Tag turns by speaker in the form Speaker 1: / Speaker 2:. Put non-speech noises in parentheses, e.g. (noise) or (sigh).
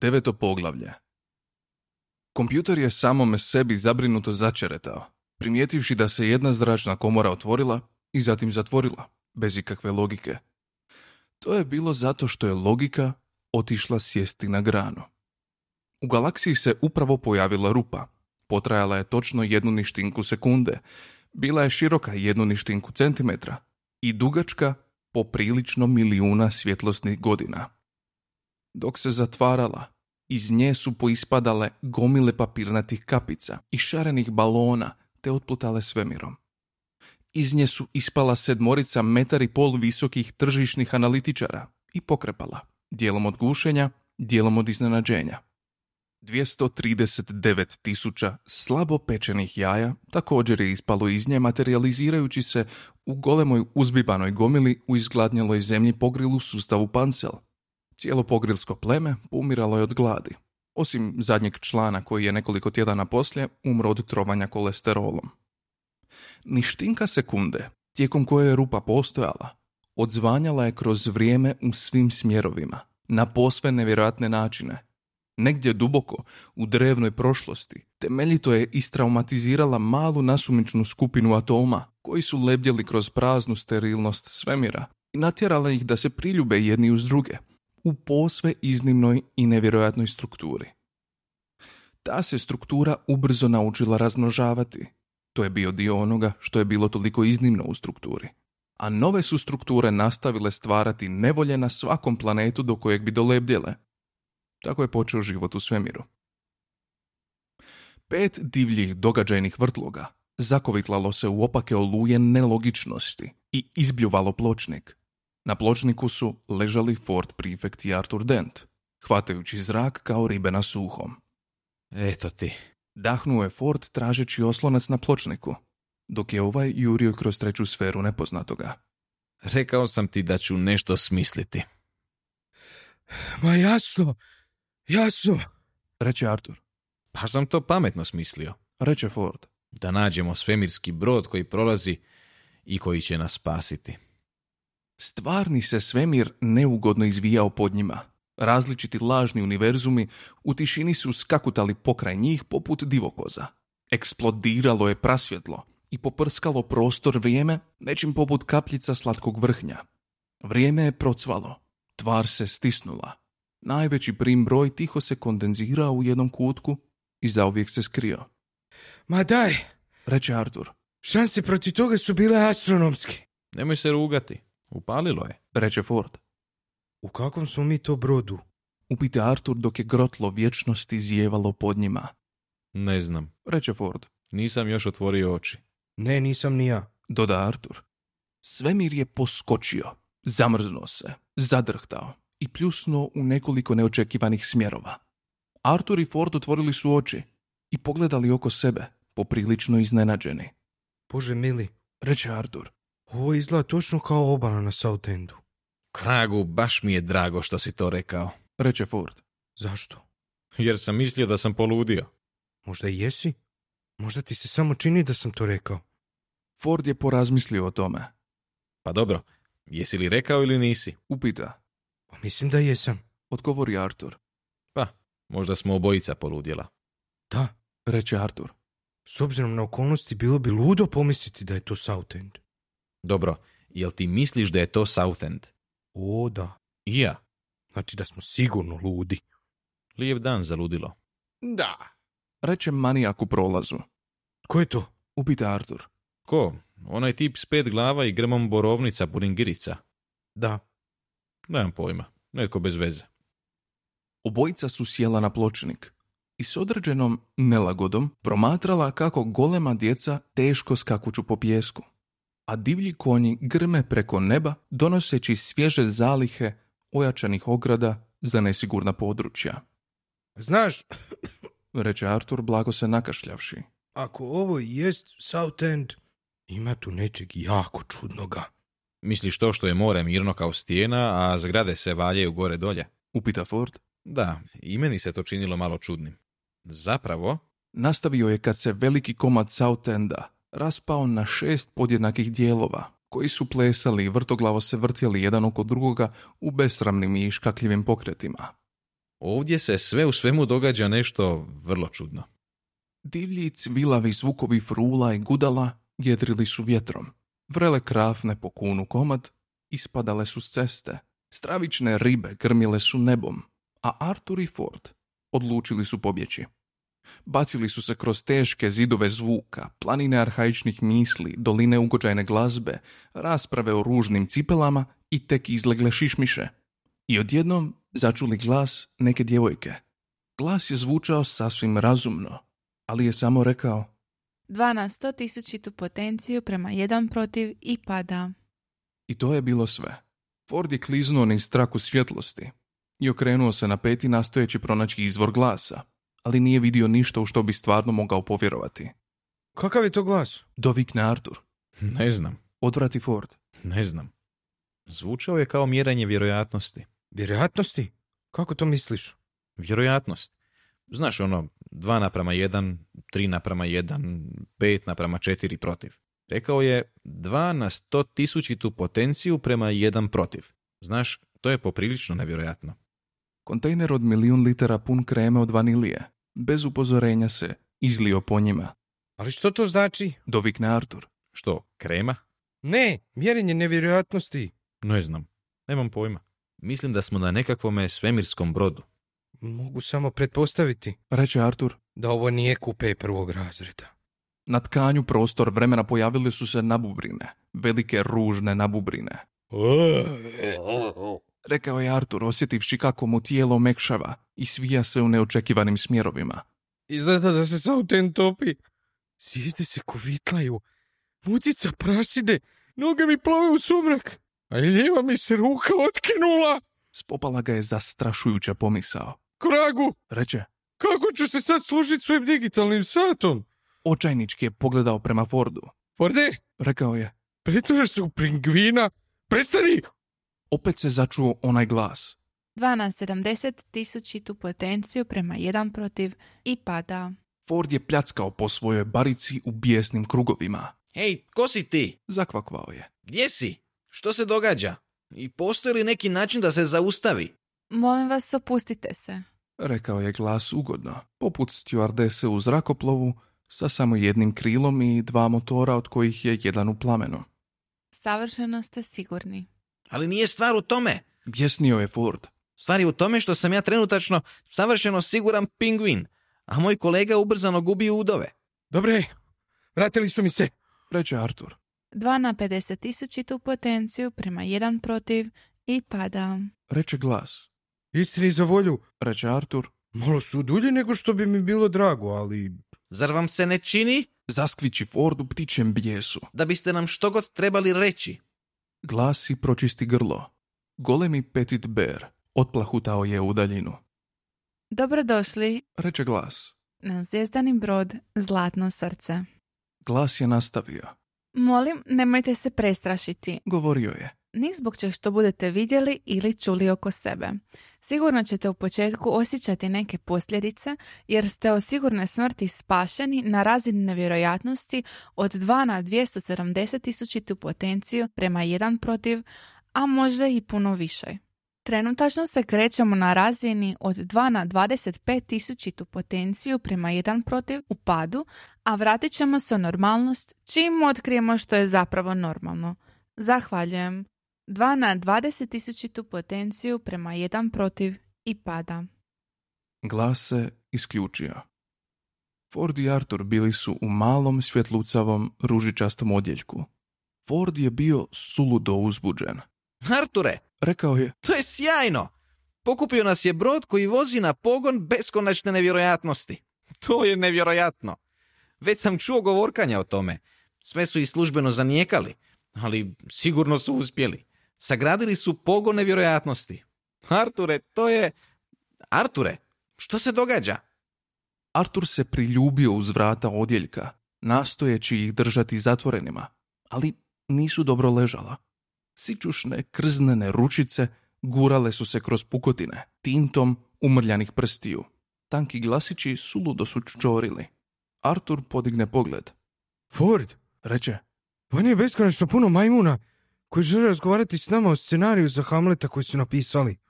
Speaker 1: deveto poglavlje. Kompjuter je samome sebi zabrinuto začeretao, primijetivši da se jedna zračna komora otvorila i zatim zatvorila, bez ikakve logike. To je bilo zato što je logika otišla sjesti na granu. U galaksiji se upravo pojavila rupa. Potrajala je točno jednu ništinku sekunde. Bila je široka jednu ništinku centimetra i dugačka poprilično milijuna svjetlosnih godina. Dok se zatvarala, iz nje su poispadale gomile papirnatih kapica i šarenih balona te otplutale svemirom. Iz nje su ispala sedmorica metar i pol visokih tržišnih analitičara i pokrepala, dijelom od gušenja, dijelom od iznenađenja. 239 tisuća slabo pečenih jaja također je ispalo iz nje materializirajući se u golemoj uzbibanoj gomili u izgladnjeloj zemlji pogrilu sustavu pancel. Cijelo pogrilsko pleme umiralo je od gladi, osim zadnjeg člana koji je nekoliko tjedana poslije umro od trovanja kolesterolom. Ništinka sekunde, tijekom koje je rupa postojala, odzvanjala je kroz vrijeme u svim smjerovima, na posve nevjerojatne načine, negdje duboko, u drevnoj prošlosti, temeljito je istraumatizirala malu nasumičnu skupinu atoma koji su lebdjeli kroz praznu sterilnost svemira i natjerala ih da se priljube jedni uz druge u posve iznimnoj i nevjerojatnoj strukturi. Ta se struktura ubrzo naučila razmnožavati. To je bio dio onoga što je bilo toliko iznimno u strukturi. A nove su strukture nastavile stvarati nevolje na svakom planetu do kojeg bi dolebdjele, tako je počeo život u svemiru. Pet divljih događajnih vrtloga zakovitlalo se u opake oluje nelogičnosti i izbljuvalo pločnik. Na pločniku su ležali Ford Prefect i Arthur Dent, hvatajući zrak kao ribe na suhom.
Speaker 2: Eto ti.
Speaker 1: Dahnuo je Ford tražeći oslonac na pločniku, dok je ovaj jurio kroz treću sferu nepoznatoga.
Speaker 2: Rekao sam ti da ću nešto smisliti.
Speaker 3: Ma jasno, jasno.
Speaker 1: Reče Arthur.
Speaker 2: Pa sam to pametno smislio.
Speaker 1: Reče Ford.
Speaker 2: Da nađemo svemirski brod koji prolazi i koji će nas spasiti.
Speaker 1: Stvarni se svemir neugodno izvijao pod njima. Različiti lažni univerzumi u tišini su skakutali pokraj njih poput divokoza. Eksplodiralo je prasvjetlo i poprskalo prostor vrijeme nečim poput kapljica slatkog vrhnja. Vrijeme je procvalo. Tvar se stisnula. Najveći prim broj tiho se kondenzirao u jednom kutku i zauvijek se skrio.
Speaker 3: Ma daj,
Speaker 1: Reče Artur.
Speaker 3: šanse protiv toga su bile astronomske.
Speaker 2: Nemoj se rugati. Upalilo je.
Speaker 1: Reče Ford.
Speaker 3: U kakvom smo mi to brodu?
Speaker 1: Upite Artur dok je grotlo vječnosti zijevalo pod njima.
Speaker 2: Ne znam.
Speaker 1: Reče Ford.
Speaker 2: Nisam još otvorio oči.
Speaker 3: Ne, nisam ni ja.
Speaker 1: Doda Artur. Svemir je poskočio. Zamrznuo se. Zadrhtao. i pljusnuo u nekoliko neočekivanih smjerova. Artur i Ford otvorili su oči i pogledali oko sebe, poprilično iznenađeni.
Speaker 3: Bože mili,
Speaker 1: Reče Artur,
Speaker 3: ovo izgleda točno kao obala na Southendu.
Speaker 2: Kragu, baš mi je drago što si to rekao.
Speaker 1: reče Ford.
Speaker 3: Zašto?
Speaker 2: Jer sam mislio da sam poludio.
Speaker 3: Možda i jesi? Možda ti se samo čini da sam to rekao.
Speaker 1: Ford je porazmislio o tome.
Speaker 2: Pa dobro, jesi li rekao ili nisi?
Speaker 1: Upita,
Speaker 3: Pa mislim da jesam.
Speaker 1: odgovori Artur,
Speaker 2: Pa, možda smo obojica poludjela.
Speaker 3: Da,
Speaker 1: reče Artur.
Speaker 3: s obzirom na okolnosti bilo bi ludo pomisliti da je to Southend.
Speaker 2: Dobro, jel ti misliš da je to Southend?
Speaker 3: O da,
Speaker 2: I ja.
Speaker 3: znači da smo sigurno ludi.
Speaker 2: Lijep dan za ludilo.
Speaker 3: Da.
Speaker 1: Reče manijak u prolazu.
Speaker 3: Ko je to?
Speaker 1: Upita Artur,
Speaker 2: Ko? Onaj tip s pet glava i grmom borovnica buringirica.
Speaker 3: Da.
Speaker 2: Nemam pojma. Netko bez veze.
Speaker 1: Obojica su sjela na pločnik i s određenom nelagodom promatrala kako golema djeca teško skakuću po pjesku, a divlji konji grme preko neba donoseći svježe zalihe ojačanih ograda za nesigurna područja.
Speaker 3: Znaš,
Speaker 1: Reče Artur blago se nakašljavši.
Speaker 3: ako ovo i jest Southend, ima tu nečeg jako čudnoga.
Speaker 2: Misliš to što je more mirno kao stijena, a zgrade se valjaju gore dolje?
Speaker 1: Upita Ford.
Speaker 2: Da, i meni se to činilo malo čudnim. Zapravo,
Speaker 1: Nastavio je kad se veliki komad Southenda raspao na šest podjednakih dijelova, koji su plesali i vrtoglavo se vrtjeli jedan oko drugoga u besramnim i škakljivim pokretima.
Speaker 2: Ovdje se sve u svemu događa nešto vrlo čudno.
Speaker 1: Divlji cvilavi zvukovi frula i gudala jedrili su vjetrom. Vrele krafne po kunu komad ispadale su s ceste. Stravične ribe grmile su nebom, a Artur i Ford odlučili su pobjeći. Bacili su se kroz teške zidove zvuka, planine arhaičnih misli, doline ugođajne glazbe, rasprave o ružnim cipelama i tek izlegle šišmiše. I odjednom začuli glas neke djevojke. Glas je zvučao sasvim razumno, ali je samo rekao
Speaker 4: 2 na 100 tisućitu potenciju prema 1 protiv i pada.
Speaker 1: i to je bilo sve. Ford je kliznuo niz straku svjetlosti i okrenuo se na peti nastojeći pronaći izvor glasa, ali nije vidio ništa u što bi stvarno mogao povjerovati.
Speaker 3: Kakav je to glas?
Speaker 1: Dovikne Artur,
Speaker 2: Ne znam,
Speaker 1: odvrati Ford.
Speaker 2: ne znam. Zvučao je kao mjeranje vjerojatnosti.
Speaker 3: Vjerojatnosti? Kako to misliš?
Speaker 2: Vjerojatnost. Znaš ono, 2 naprama 1, 3 naprama 1, 5 naprama 4 protiv. Rekao je 2 na 100 tisućitu potenciju prema 1 protiv. Znaš, to je poprilično nevjerojatno.
Speaker 1: Kontejner od milijun litara pun kreme od vanilije, bez upozorenja se, izlio po njima.
Speaker 3: Ali što to znači?
Speaker 1: Dovikne Artur.
Speaker 2: Što, krema?
Speaker 3: Ne, mjerenje nevjerojatnosti.
Speaker 2: Ne znam, nemam pojma. Mislim da smo na nekakvome svemirskom brodu.
Speaker 3: Mogu samo pretpostaviti
Speaker 1: Reče Artur.
Speaker 3: da ovo nije kupe prvog razreda.
Speaker 1: Na tkanju prostor vremena pojavile su se nabubrine, velike ružne nabubrine.
Speaker 3: E,
Speaker 1: Rekao je Artur osjetivši kako mu tijelo mekšava i svija se u neočekivanim smjerovima.
Speaker 3: Izgleda da se Sauten topi. Sjezde se kovitlaju. Mucica prašine. Noge mi plove u sumrak. A ljeva mi se ruka otkinula.
Speaker 1: Spopala ga je zastrašujuća pomisao.
Speaker 3: Kragu,
Speaker 1: Reče,
Speaker 3: kako ću se sad služiti svojim digitalnim satom?
Speaker 1: očajnički je pogledao prema Fordu.
Speaker 3: Forde,
Speaker 1: Rekao je,
Speaker 3: pretvaraš se u pingvina. Prestani!
Speaker 1: opet se začuo onaj glas.
Speaker 4: 2 na 70 tisućitu potenciju prema 1 protiv i pada.
Speaker 1: Ford je pljackao po svojoj barici u bijesnim krugovima.
Speaker 2: Hej, ko si ti?
Speaker 1: Zakvakvao je.
Speaker 2: Gdje si? Što se događa? I postoji li neki način da se zaustavi?
Speaker 4: Molim vas, opustite se.
Speaker 1: Rekao je glas ugodno, poput stjuardese u zrakoplovu sa samo jednim krilom i dva motora od kojih je jedan u plamenu.
Speaker 4: Savršeno ste sigurni.
Speaker 2: Ali nije stvar u tome.
Speaker 1: Bjesnio je Ford.
Speaker 2: Stvar je u tome što sam ja trenutačno savršeno siguran pingvin, a moj kolega ubrzano gubi udove.
Speaker 3: Dobre, vratili su mi se.
Speaker 1: Reče Artur.
Speaker 4: 2 na 50 tisućitu potenciju prema 1 protiv i pada.
Speaker 1: Reče glas.
Speaker 3: Istini za volju.
Speaker 1: Reče Artur.
Speaker 3: Malo su dulje nego što bi mi bilo drago, ali...
Speaker 2: Zar vam se ne čini
Speaker 1: Zaskvići Ford u ptičjem bijesu.
Speaker 2: da biste nam što god trebali reći?
Speaker 1: Glas i pročisti grlo. Golemi petit ber otplahutao je u daljinu.
Speaker 4: Dobrodošli
Speaker 1: Reče glas.
Speaker 4: na zvijezdani brod Zlatno srce.
Speaker 1: Glas je nastavio.
Speaker 4: Molim, nemojte se prestrašiti,
Speaker 1: Govorio je.
Speaker 4: ni zbog čeg što budete vidjeli ili čuli oko sebe. Sigurno ćete u početku osjećati neke posljedice, jer ste od sigurne smrti spašeni na razini nevjerojatnosti od 2 na 270 tisućitu potenciju prema 1 protiv, a možda i puno više. Trenutačno se krećemo na razini od 2 na 25 tisućitu potenciju prema 1 protiv u padu, a vratit ćemo se u normalnost čim otkrijemo što je zapravo normalno. Zahvaljujem. 2 na 20 tisućitu potenciju prema 1 protiv i pada.
Speaker 1: Glas se isključio. Ford i Artur bili su u malom svjetlucavom ružičastom odjeljku. Ford je bio suludo uzbuđen.
Speaker 2: Arture,
Speaker 1: Rekao je,
Speaker 2: to je sjajno! Pokupio nas je brod koji vozi na pogon beskonačne nevjerojatnosti. (laughs) To je nevjerojatno. Već sam čuo govorkanja o tome. Sve su i službeno zanijekali, ali sigurno su uspjeli. Sagradili su pogon nevjerojatnosti. Arture, to je... Arture, što se događa?
Speaker 1: Artur se priljubio uz vrata odjeljka, nastojeći ih držati zatvorenima, ali nisu dobro ležala. Sičušne, krznene ručice gurale su se kroz pukotine, tintom umrljanih prstiju. Tanki glasići suludo su čorili. Artur podigne pogled.
Speaker 3: Ford,
Speaker 1: Reče,
Speaker 3: on je beskonačno puno majmuna koji žele razgovarati s nama o scenariju za Hamleta koji su napisali.